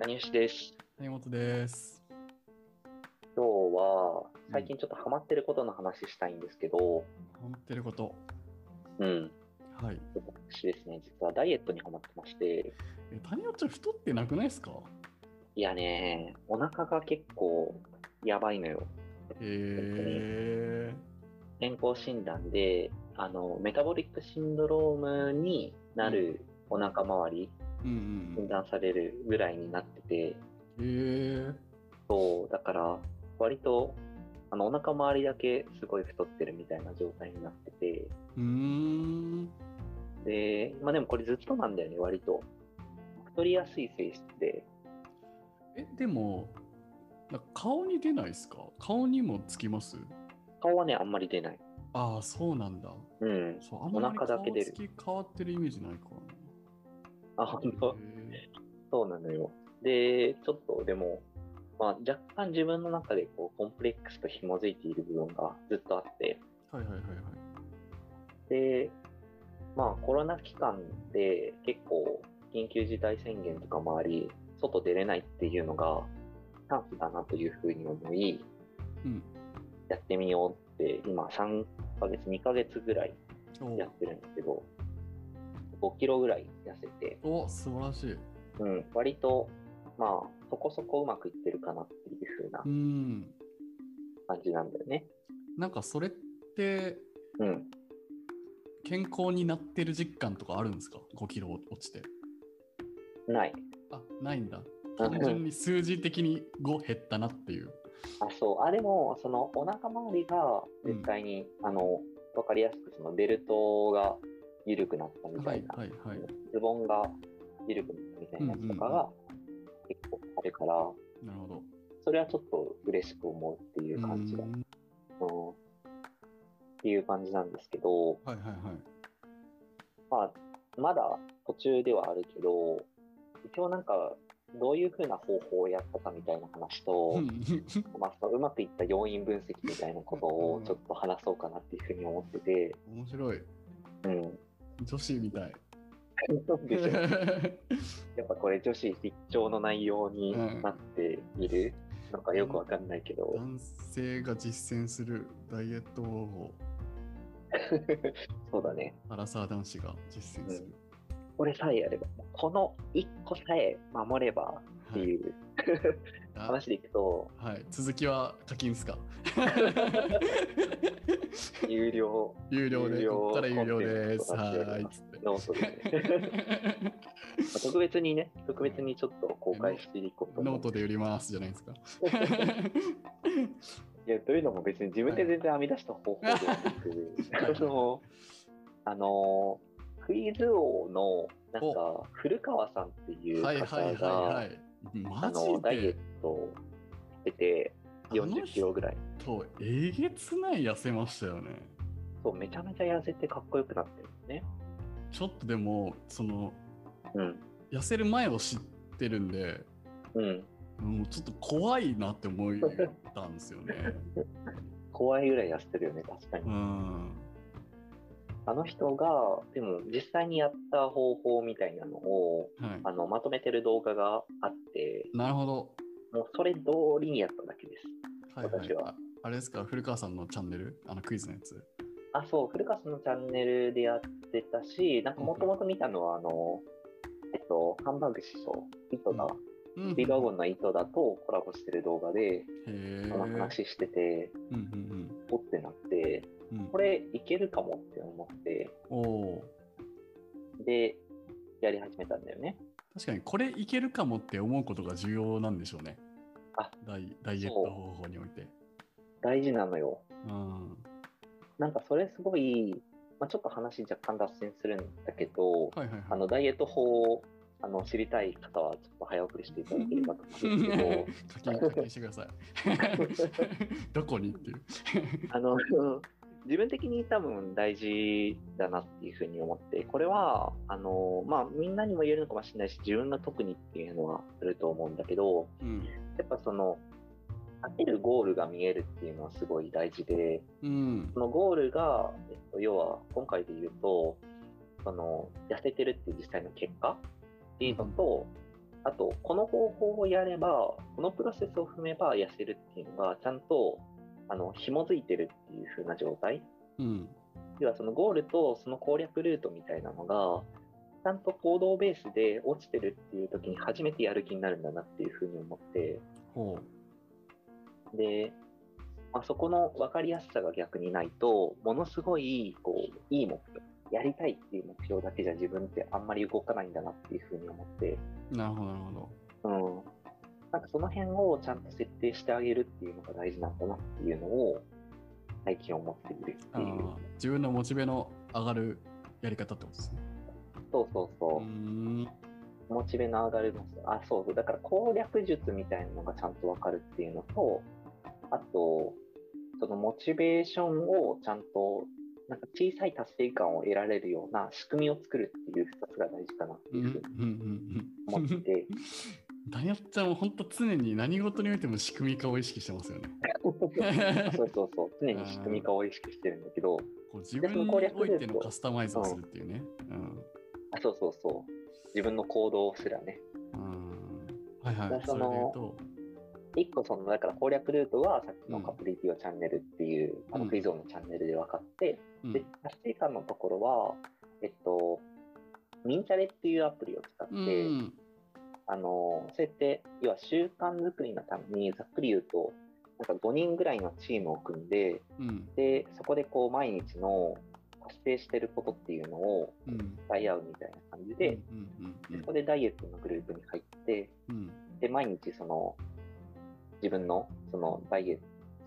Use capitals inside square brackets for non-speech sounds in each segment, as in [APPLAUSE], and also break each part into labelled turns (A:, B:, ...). A: 谷吉です。
B: 谷本です。
A: 今日は最近ちょっとハマってることの話したいんですけど、
B: 思ってること。
A: うん、
B: はい。
A: 私ですね、実はダイエットにハマってまして、
B: え、谷本ちゃん太ってなくないですか
A: いやね、お腹が結構やばいのよ。
B: へえ。
A: 健康診断で、あの、メタボリックシンドロームになるお腹周り、
B: うんう
A: 診
B: ん。
A: 断されるぐらいになってて、
B: へえ。
A: そう、だから割と、あの、お腹周りだけすごい太ってるみたいな状態になってて、
B: うーん。
A: で、まあでもこれずっとなんだよね、割と。太りやすい性質で。
B: え、でも、なんか顔に出ないですか顔にもつきます
A: 顔はね、あんまり出ない。
B: ああ、そうなんだ。
A: うん。
B: そう、あんまり
A: お腹
B: 顔
A: だけ出
B: つ
A: る
B: き変わってるイメージないからな。
A: あ、本当
B: へえ
A: そうなのよ。で、ちょっとでも、まあ若干自分の中でこう、コンプレックスと紐づいている部分がずっとあって。
B: はいはいはいはい。
A: で、まあコロナ期間で結構緊急事態宣言とかもあり、外出れないっていうのがチャンスだなというふうに思い、
B: うん。
A: やってみようって、今3ヶ月、2ヶ月ぐらい
B: お
A: やってるんですけど、5キロぐらい痩せて、
B: お、素晴らしい。
A: うん、割と、まあ、そこそこうまくいってるかなっていう風な
B: うん。
A: 感じなんだよね。
B: なんかそれって、
A: うん。
B: 健康になってる実感とかあるんですか ?5 キロ落ちて。
A: ない。
B: あ、ないんだ。単純に数字的に5減ったなっていう。
A: あ、そう。あ、でも、その、お腹周りが、絶対に、あの、わかりやすく、その、ベルトが緩くなったみた
B: はいい
A: な、
B: はいはい。
A: ズボンが緩くなったみたいなやつとかが、結構あるから、
B: なるほど。
A: それはちょっと嬉しく思うっていう感じが、
B: う
A: う
B: ー
A: ん、
B: ん
A: っていう感じなんですけど、
B: はいはいはい。
A: まあ、まだ途中ではあるけど、一応なんか、どういうふうな方法をやったかみたいな話と、まあ、そのうまくいった要因分析みたいなことをちょっと話そうかなっていうふうに思ってて、
B: [LAUGHS] 面白い。
A: うん。
B: 女子
A: [LAUGHS]
B: みたい。
A: でしょやっぱこれ女子必聴の内容になっている、なんかよくわかんないけど、
B: 男性が実践するダイエット方法、
A: そうだね。
B: アラサー男子が実践する。
A: これさえやれば、この一個さえ守ればって
B: はい
A: いう
B: あ
A: 話でいくと、
B: はい。続きは課金
A: [LAUGHS]
B: ですか
A: 有料
B: 有料で、
A: 有料
B: ここから有料です。
A: コンテンツとなってお
B: は
A: り
B: い。
A: ま
B: つって
A: [LAUGHS] ノートですね。まあ特別にね、特別にちょっと公開していこうと思
B: ノ
A: う
B: ートで売りますじゃないですか。
A: [LAUGHS] いや、というのも別に自分で全然編み出した方法ではな
B: は
A: く、
B: い
A: その、あの、クイズ王の、なんか、古川さんっていう
B: はい
A: 方
B: はいは
A: が、
B: いはい。マ
A: あの、ダイエ
B: ジで
A: ットをしてて、40キロぐらい。
B: とえげつない痩せましたよね。
A: そう、めちゃめちゃ痩せてかっこよくなってるんですね。
B: ちょっとでも、その、
A: うん。
B: 痩せる前を知ってるんで、
A: うん。
B: もうちょっと怖いなって思ったんですよね。
A: 怖いぐらい痩せてるよね、確かに。
B: うん。
A: あの人が、でも実際にやった方法みたいなのを、
B: はい。
A: あの、まとめてる動画があって、
B: なるほど。
A: もうそれ通りにやっただけです。
B: はいはい
A: 私。は
B: ああれですか、古川さんのチャンネルあのクイズのやつ。
A: あ、そう、古川さんのチャンネルでやってたし、なんかもともと見たのは、あの、えっと、ハンバーグ師匠、糸田、
B: うん
A: ビーガーゴンの糸田とコラボしてる動画で、
B: へえ。
A: その話してて、
B: うんうん
A: おってなって、
B: うんうん。
A: これいけるかもって思って、
B: おおー。
A: で、やり始めたんだよね。
B: 確かにこれいけるかもって思うことが重要なんでしょうね。
A: あ
B: ダイダイエット方法において。
A: 大事なのよ。
B: うん。
A: なんかそれすごい、まあ、ちょっと話若干脱線するんだけど、
B: はいはい
A: あ
B: はい。
A: の、ダイエット法をあの知りたい方はちょっと早送りしていただければと思うんですけど、
B: [LAUGHS] 課金課金してください。 [LAUGHS] どこにっていう。
A: [LAUGHS] あの、自分的に多分大事だなっていうふうに思って、これは、あの、まあ、みんなにも言えるのかもしれないし、自分が特にっていうのはあると思うんだけど、
B: うん。
A: やっぱその、立てるゴールが見えるっていうのはすごい大事で、
B: うん。
A: そのゴールが、えっと、要は今回で言うと、その、痩せてるっていう実際の結果っていうのと、あと、この方法をやれば、このプロセスを踏めば痩せるっていうのが、ちゃんと、あの、紐づいてるっていう風な状態。
B: うん。
A: 要はそのゴールとその攻略ルートみたいなのが、ちゃんと行動ベースで落ちてるっていう時に初めてやる気になるんだなっていう風に思って、
B: ほう。
A: で、まあ、そこの分かりやすさが逆にないと、ものすごい、こう、いい目標、やりたいっていう目標だけじゃ自分ってあんまり動かないんだなっていう風に思って、
B: なるほど、なるほど。
A: うん。なんかその辺をちゃんと設定してあげるっていうのが大事なんだなっていうのを、最近思っているって
B: あ
A: い
B: ー
A: う。
B: 自分のモチベの上がるやり方ってことですね。
A: そうそうそうう
B: ー。ん。
A: モチベの上がるのあそうだから攻略術みたいなのがちゃんとわかるっていうのとあとそのモチベーションをちゃんとなんか小さい達成感を得られるような仕組みを作るっていう2つが大事かなって
B: う
A: い
B: ん
A: うふう
B: うん
A: に思ってて
B: [LAUGHS] ダニアちゃんは本当常に何事においても仕組み化を意識してますよね。
A: そうそうそう常に仕組み化を意識してるんだけど
B: こう自分においてのカスタマイズをするっていうね。
A: あそうそうそう自分の行動すらね
B: うん。うんはいはい。
A: そ
B: それで言う
A: の
B: と。
A: 一個そのだから攻略ルートはさっきの
B: うん
A: カプリティオチャンネルっていう、あの
B: うん
A: クイズ王のチャンネルで分かって、
B: うん
A: で、達成感のところは、えっと、ミンチャレっていうアプリを使って、
B: うん。
A: あの、そうやって、要は習慣作りのために、ざっくり言うと、なんか5人ぐらいのチームを組んで、
B: うん。
A: で、そこでこう、毎日の達成してることっていうのを
B: うん。
A: 伝え合うみたいな感じで、
B: うんう
A: で
B: ん
A: そこでダイエットのグループに入って、
B: うん
A: で、毎日その、自分の、その、ダイエット、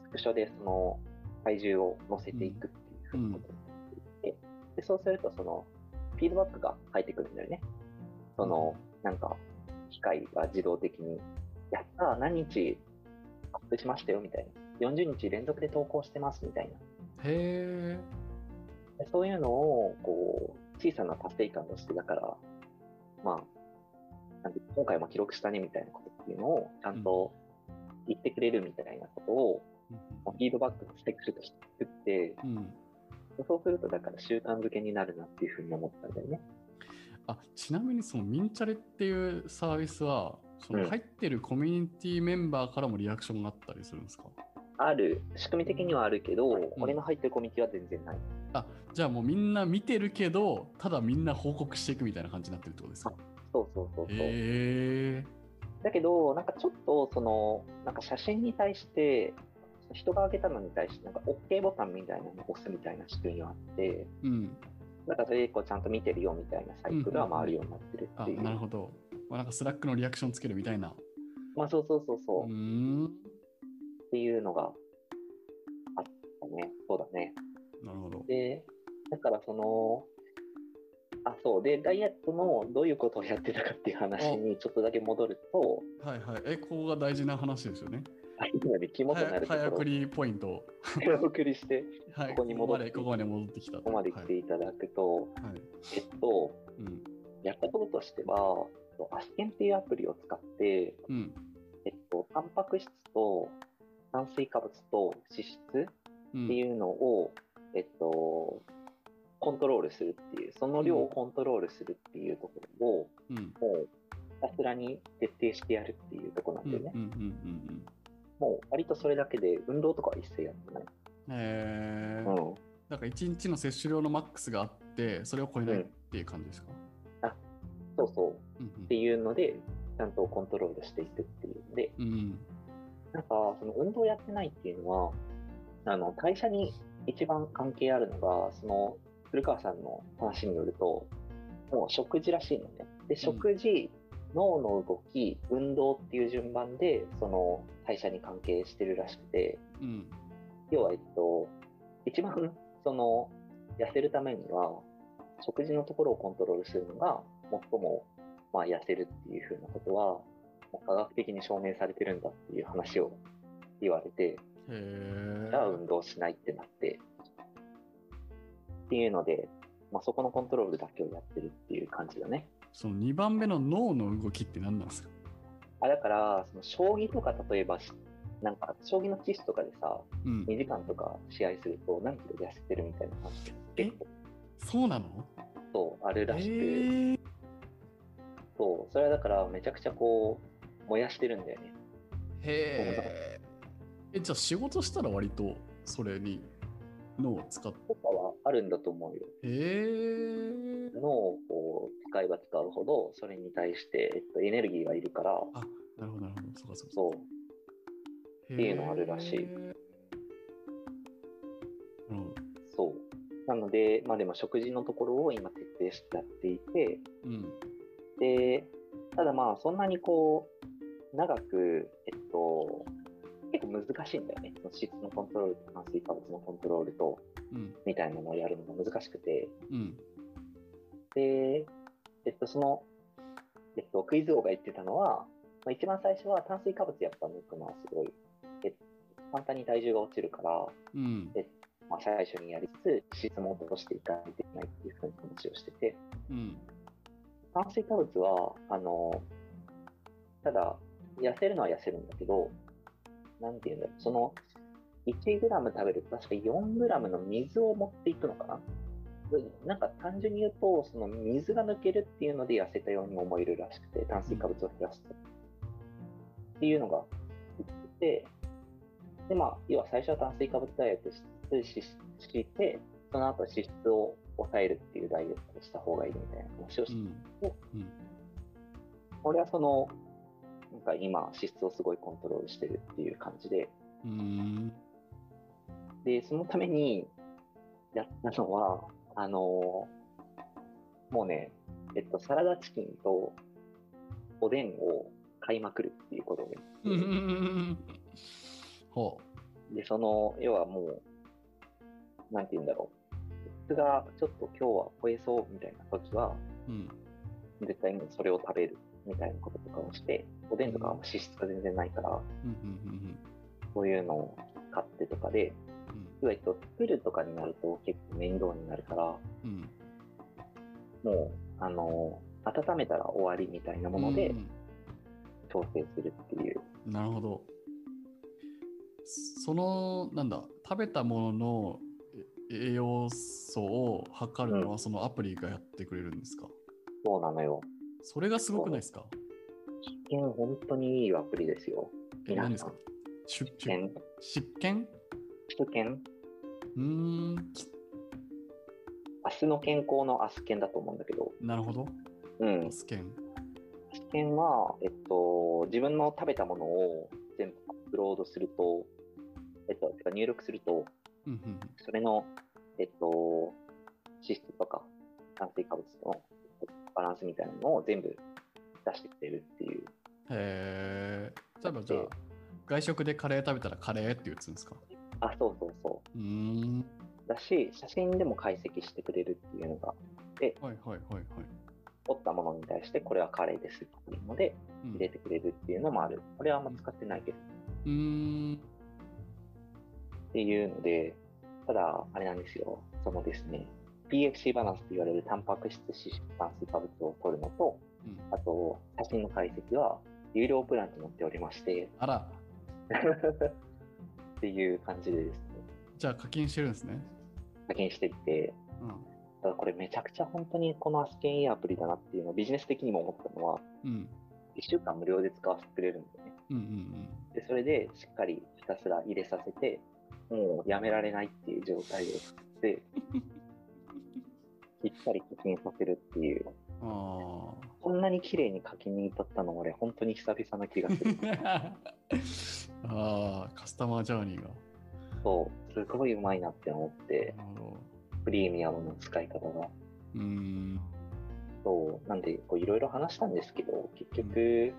A: スクショでその、体重を乗せていくっていうふうなことになっていて、で、そうすると、その、フィードバックが返ってくるんだよね。その、なんか、機械が自動的に、やったー何日アップしましたよ、みたいな。40日連続で投稿してます、みたいな。
B: へえ。
A: でそういうのを、こう、小さな達成感として、だから、まあ、なんて今回も記録したねみたいなことっていうのを、ちゃんと言ってくれるみたいなことを、フィードバックとしてくると作って、
B: うん。
A: そうすると、だから習慣づけになるなっていうふうに思ったんだよね。
B: あちなみにそのミンチャレっていうサービスはその入ってるコミュニティメンバーからもリアクションがあったりするんですか、
A: ある、仕組み的にはあるけど、俺の入ってるコミュニティは全然ない。
B: あじゃあもうみんな見てるけどただみんな報告していくみたいな感じになってるってことですか
A: そうそうそうそう。
B: へえ
A: だけど、なんかちょっと、その、なんか写真に対して、人が上げたのに対して、なんか OK ボタンみたいなのを押すみたいな仕組みがあって、
B: うん
A: なんかそれでこうちゃんと見てるよみたいなサイクルは回るようになってるっ
B: あ
A: ていう。
B: なるほど、まあ、なんかスラックのリアクションつけるみたいな
A: まあそうそうそう
B: う
A: そう。
B: ー
A: っ
B: ん
A: ていうのがあったね。そうだね。
B: なるほど
A: で、だからその、あ、そう。で、ダイエットのどういうことをやってたかっていう話にちょっとだけ戻ると、
B: はいはいえここが大事な話ですよね
A: あ今ね、肝とな
B: 早
A: るとこ
B: 早送
A: ろ、
B: りポイント、
A: [LAUGHS] 早送りして、
B: はい、
A: ここに戻って
B: ここまでここまで戻ってきたと
A: ここまで来ていただくと、
B: はいはい
A: えっと、
B: うん
A: やったこととしては、アスケンっていうアプリを使って、
B: うん
A: えっと、タンパク質と炭水化物と脂質
B: う
A: って
B: ん
A: いうのを、えっと、コントロールするっていう、その量をコントロールするっていうところを、
B: うん
A: もう、ひたすらに徹底してやるっていうところなん
B: うん
A: で
B: うん
A: ね、
B: うんうん
A: もう、割とそれだけで、運動とかは一切やってない。
B: うんへえ
A: うん。
B: なんか1日の摂取量のマックスがあってそれを超えないっていう感じですか、
A: そうそう。
B: うん
A: っていうので、ちゃんとコントロールしていくっていうので、
B: うんうん
A: なんか、その運動やってないっていうのは、あの、代謝に一番関係あるのが、その、古川さんの話によると、もう食事らしいのね。で、食事、脳の動き、運動っていう順番で、その、代謝に関係してるらしくて、
B: うん
A: 要は、えっと、一番、その、痩せるためには、食事のところをコントロールするのが、最も、まあ、痩せるっていうふうなことは、もう科学的に証明されてるんだっていう話を言われて、
B: へえ
A: じゃあ運動しないってなって、っていうので、まあ、そこのコントロールだけをやってるっていう感じだね。
B: その2番目の脳の動きって何なんですか
A: あだから、その将棋とか例えばし、なんか、将棋の棋士とかでさ、
B: うん
A: 2時間とか試合すると何キロ痩せてるみたいな話結構
B: そうなの
A: そうあるらしく、
B: へえ
A: そそうそれはだからめちゃくちゃこう燃やしてるんだよね
B: へえ。え、じゃあ仕事したら割とそれに脳を使って。
A: とかはあるんだと思うよ
B: へえ。
A: 脳をこう使えば使うほどそれに対して、えっと、エネルギーがいるから
B: あ、なるほど、なるほど。そうか、そうか。
A: そう
B: って
A: いうのあるらしい
B: なるほど。
A: そうなのでまあでも食事のところを今徹底してやっていて
B: うん。
A: でただまあそんなにこう長くえっと結構難しいんだよねその質のコントロールと炭水化物のコントロールと
B: うん。
A: みたいなのをやるのが難しくて
B: うん。
A: で、えっと、その、えっと、クイズ王が言ってたのは、まあ、一番最初は炭水化物やっぱ抜くのはすごい、えっと、簡単に体重が落ちるから、
B: うん。
A: まあ、最初にやりつつ、質問を落としていかないといけないっていうふうに話をしてて、
B: うん。
A: 炭水化物は、あの、ただ、痩せるのは痩せるんだけど、なんていうんだろう、その、1g 食べると確か 4g の水を持っていくのかななんか単純に言うと、その水が抜けるっていうので痩せたようにも思えるらしくて、炭水化物を減らすと。っていうのが言ってて、で、まあ、要は最初は炭水化物ダイエットしして、その後脂質を抑えるっていうダイエットをした方がいいみたいな話をして
B: う
A: て
B: ん。うん。
A: 俺はその、なんか今、脂質をすごいコントロールしてるっていう感じで、
B: うーん。
A: で、そのためにやったのは、あのもうね、えっと、サラダチキンとおでんを買いまくるっていうことを
B: う
A: やって
B: ん。ほ
A: で、その、要はもう、なんて言うんだろう。質がちょっと今日は超えそうみたいな時は、
B: う。うん。
A: 絶対もうそれを食べるみたいなこととかをして、おでんとかは脂質が全然ないから、
B: うん。うん。
A: そういうのを買ってとかで、
B: うん。
A: 要はえっと作るとかになると結構面倒になるから、
B: うん。
A: もう、あの、温めたら終わりみたいな
B: う
A: も
B: ん。
A: ので
B: うん
A: 調整するっていう。
B: なるほど。その、なんだ、食べたもののえ栄養素を測るの
A: う
B: は、そのアプリがやってくれるんですか、
A: そうなのよ。
B: それがすごくないですか
A: 実験本当にいいアプリですよ。
B: え、
A: 皆さ
B: 何
A: ん
B: ですか出
A: 実験
B: 執権
A: 実験
B: うーん、
A: 明日の健康の明日健だと思うんだけど、
B: なるほど。
A: うん。
B: スケン。
A: 実験は、えっと、自分の食べたものを全部アップロードすると、えっと、てか入力すると、
B: うんうん
A: それの、えっと、脂質とか炭水化物とのバランスみたいなのを全部出してくれるっていう。
B: へえ。例えばじゃあ
A: だって、
B: 外食でカレー食べたらカレーって打つんですか
A: あ、そうそうそう
B: ーん。
A: う。だし、写真でも解析してくれるっていうのが、
B: はいはいはいはい。
A: 撮ったものに対して、これはカレーですっていうので、
B: うん
A: 入れてくれるっていうのもある。これはあんま使ってないけど。
B: うーん。
A: っていうので、ただ、あれなんですよ。そのですね、PFC バランスと言われるタンパク質、脂質、炭水化物を取るのと、
B: うん
A: あと、写真の解析は、有料プランに載っておりまして、
B: あら、
A: っていう感じでですね、
B: じゃあ課金してるんですね。
A: 課金していて、ただこれめちゃくちゃ本当にこのアスケンいいアプリだなっていうのをビジネス的にも思ったのは、
B: うん。うん。
A: 1週間無料で使わせてくれるんだよね。
B: うんうん
A: で、それでしっかりひたすら入れさせて、もうやめられないっていう状態を作って、しっかり課金させるっていう、
B: うん。ああ。
A: こんなに綺麗に課金に至ったの俺、本当に久々な気がす
B: [LAUGHS]
A: る。
B: ああ、カスタマージャーニーが。
A: そう、すごいうまいなって思って、
B: なるほど。
A: プレミアムの使い方が。
B: うーん。
A: そう、なんで、こういろいろ話したんですけど、結局、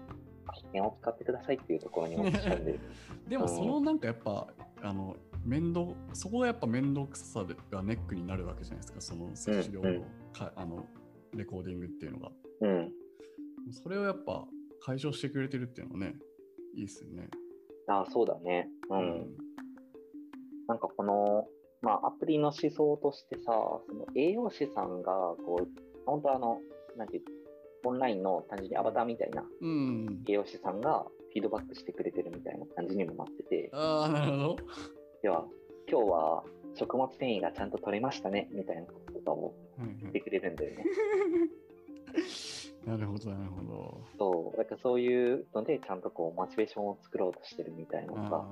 A: 課金を使ってくださいっていうところに落ちたんで、
B: でもそのなんかやっぱ、あの、面倒、そこがやっぱ面倒くさがネックになるわけじゃないですか、その摂取量
A: うんうん
B: のか、あの、レコーディングっていうのが。
A: [LAUGHS] うん。
B: それをやっぱ解消してくれてるっていうのはね、いいですよね。
A: ああ、そうだね。うん。なんかこの、まあ、アプリの思想としてさ、その栄養士さんが、こう、本当あの、なんていう、オンラインの単純にアバターみたいな
B: うん。うん。
A: 栄養士さんがフィードバックしてくれてるみたいな感じにもなってて、
B: ああ、なるほど。
A: 要は、今日は食物繊維がちゃんと取れましたね、みたいなことを
B: はい
A: 言ってくれるんだよね。
B: はいなるほど、なるほど。
A: そう、だからそういうので、ちゃんとこう、モチベーションを作ろうとしてるみたいなのが、
B: あ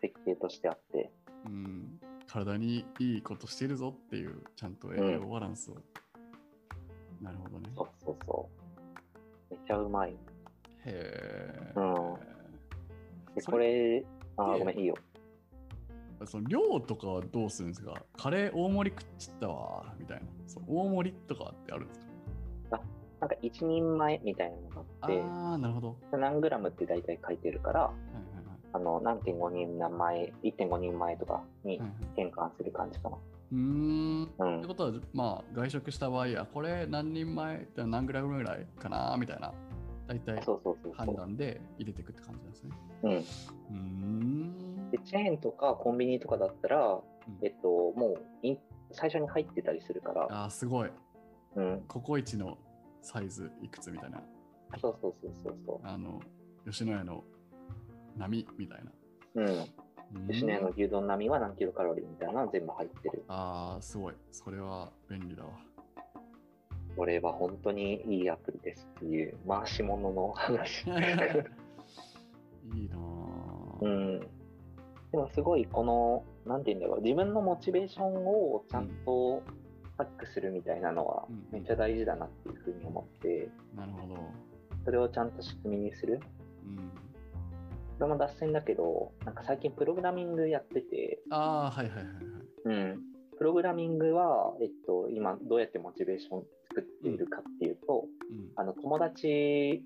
A: 設計としてあって、
B: ーうん、体にいいことしてるぞっていう、ちゃんと栄養バランスを。なるほどね。
A: そうそうそう。めっちゃうまい。
B: へえ。
A: で、
B: そ
A: これ、あ
B: で
A: ー、ごめん、いいよ。
B: その量とかはどうするんですかカレー大盛り食っちゃったわ、みたいな。そう大盛りとかってあるんですか
A: なんか一人前みたいなのがあって、
B: ああ、なるほど。
A: 何グラムって大体書いてるから、
B: はいはいはい
A: あの、何点五人前、1.5人前とかに
B: はいはい。
A: 転換する感じかな。
B: うーん。
A: う
B: って
A: ん。
B: ことは、まあ、外食した場合、あ、これ何人前、何グラムぐらいかな、みたいな。大体
A: そうそうそうそ
B: 判断で入れていくって感じなんですね。
A: う。うん。
B: うーん。
A: で、チェーンとかコンビニとかだったら、
B: ん
A: えっと、もうイン、最初に入ってたりするから、
B: あー、すごい。
A: うん。
B: ココイチのサイズいくつみたいな。
A: そうそうそうそうそ
B: あの、吉野家の波みたいな。
A: う。うん。
B: うーん
A: 吉野家の牛丼並みは何キロカロリーみたいなの全部入ってる。
B: ああ、すごい。それは便利だわ。
A: これは本当にいいアプリですっていう回し物の
B: [LAUGHS]
A: 話。
B: いいな
A: う
B: ぁ。
A: ん。でもすごいこの、なんて言うんだろう、自分のモチベーションをちゃんとタックするみたいなのは
B: うん
A: めっちゃ大事だなっていうふうに思って、
B: なるほど。
A: それをちゃんと仕組みにする。
B: うん、
A: それも脱線だけど、なんか最近プログラミングやってて、
B: ああ、はいはいはいはい。
A: うん。プログラミングは、えっと、今どうやってモチベーション作っているかっていうと、
B: うん、
A: あの友達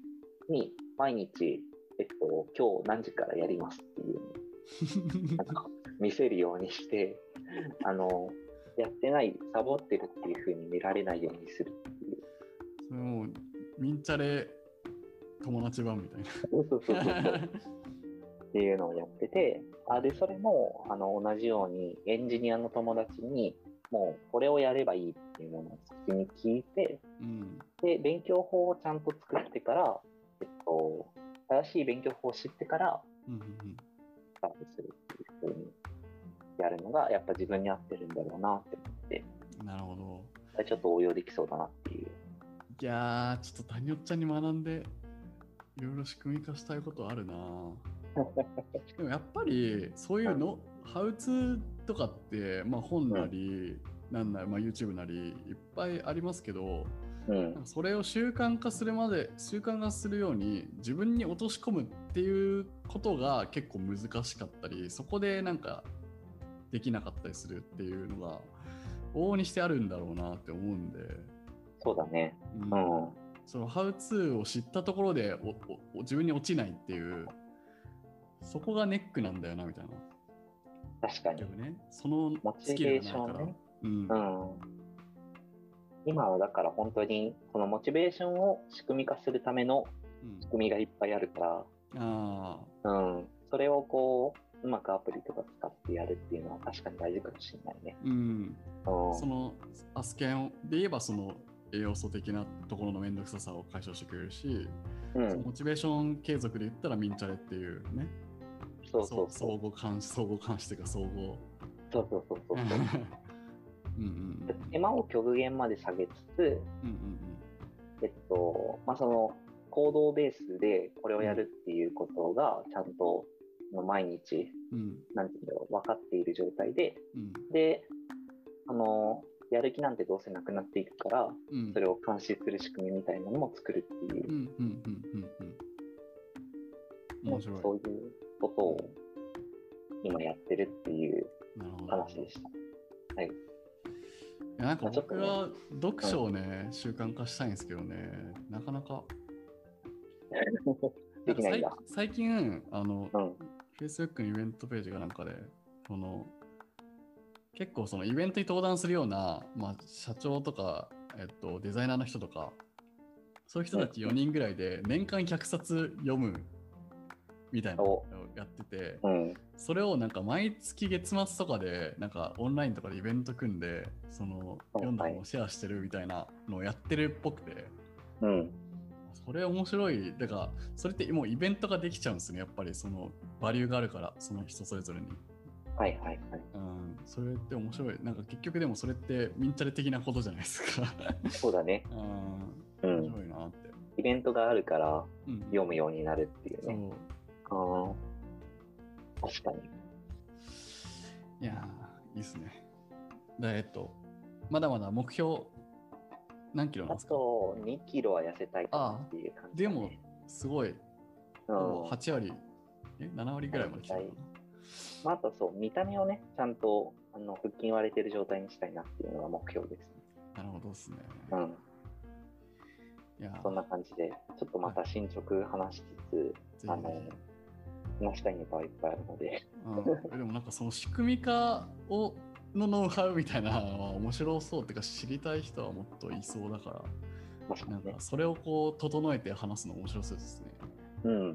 A: に毎日、えっと、今日何時からやりますっていうなんか見せるようにして [LAUGHS] あのやってないサボってるっていう風に見られないようにする
B: [LAUGHS] それもう、ミンチャレ友達版みたいな。
A: そうそうそう [LAUGHS] そうっていうのをやっててあでそれもあの同じようにエンジニアの友達にもうこれをやればいいっていうものを先に聞いて
B: うん。
A: で勉強法をちゃんと作ってから、えっと、正しい勉強法を知ってから
B: うんうんうん
A: スタートするっていう風にやるのがやっぱ自分に合ってるんだろうなって思って
B: なるほど。
A: あれちょっと応用できそうだなっていう
B: いやー、ちょっと谷尾ちゃんに学んで、いろいろ仕組み化したいことあるなぁでもやっぱり、そういうの、ハウツーとかって、まあ本なり、なんなり、まあ YouTube なり、いっぱいありますけど、
A: うん
B: それを習慣化するまで習慣化するように自分に落とし込むっていうことが結構難しかったりそこでなんかできなかったりするっていうのが往々にしてあるんだろうなって思うんで、
A: そうだね
B: うん
A: うん
B: そのハウツーを知ったところでおおお自分に落ちないっていうそこがネックなんだよなみたいな
A: 確かに
B: 逆にねその
A: モ
B: ス
A: チ
B: キル
A: ベ
B: が
A: ーシ
B: ないか
A: ョ
B: ら、
A: ンね
B: うん
A: うん今はだから本当にそのモチベーションを仕組み化するための
B: うん
A: 仕組みがいっぱいあるか
B: ああ
A: ら、うん、それをこううまくアプリとか使ってやるっていうのは確かに大事かもしれないね。
B: うん
A: うん、
B: そのアスケンで言えばその栄養素的なところの面倒くささを解消してくれるし、
A: うん
B: そのモチベーション継続で言ったらミンチャレっていうね、
A: そうそう
B: そ
A: そう
B: 相互監視、相互監視というか総合。 [LAUGHS]
A: そうそうそうそううんそう。
B: うん
A: 手間を極限まで下げつつ、
B: うんうん
A: えっと、まあ、その行動ベースでこれをやるっていうことが、ちゃんとまあ毎日、
B: うんうん
A: なんていうんだろう、分かっている状態で、
B: うん
A: で、あの、やる気なんてどうせなくなっていくから、
B: うん
A: それを監視する仕組みみたいなのも作るっていうう、
B: んうんうんうんうん面白い
A: そういうことを今やってるっていう
B: なるほど
A: 話でした。
B: いやなんか
A: あちょっと
B: 僕は読書をね習慣化したいんですけどねなかなかな
A: [LAUGHS] で
B: ん
A: き
B: か
A: ない
B: 最
A: んだ。
B: 最近あの
A: うん。
B: Facebook のイベントページがなんかで、その結構そのイベントに登壇するような、まあ、社長とか、えっと、デザイナーの人とか、そういう人たち4人ぐらいで年間100冊読むみたいなのをやってて、
A: うん。
B: それをなんか毎月月末とかで、なんかオンラインとかでイベント組んで、その読んだ本をシェアしてるみたいなのをやってるっぽくて、
A: うん。
B: それ面白い。だから、それってもうイベントができちゃうんですね。やっぱりそのバリューがあるから、その人それぞれに。
A: はいはいはい。
B: うん、それって面白い。なんか結局でもそれってミンチャレ的なことじゃないですか。 [LAUGHS]
A: そうだね。
B: うん、
A: う
B: 面
A: ん。
B: 白いな。
A: イベントがあるから
B: うん、
A: 読むようになるっていう
B: そう
A: ね。ああ、確かに。
B: いやーいいですねダイエットまだまだ目標何キロな
A: あ
B: んですか
A: と2キロは痩せたいかなっていう感じ
B: で
A: だね、
B: もすごい
A: うん
B: もう8割え7割ぐらいまで来たのかな
A: まあ、あとそう、見た目をね、ちゃんとあの腹筋割れてる状態にしたいなっていうのが目標です、ね。
B: なるほどですね
A: うん、
B: いやー
A: そんな感じで、ちょっとまた進捗話しつ
B: ぜ
A: あ
B: ひ
A: の
B: ぜひ
A: つ、話したいネタはいっぱいあるので、
B: うんえでもなんかその仕組み化をのノウハウみたいなのは面白そうっていうか知りたい人はもっといそうだか
A: 確から
B: なん
A: にね
B: か、それをこう整えて話すの面白そうですね
A: うん。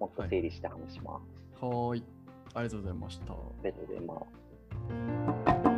A: もっと整理して話します。
B: はーいありがとうございました
A: ありがとうございます。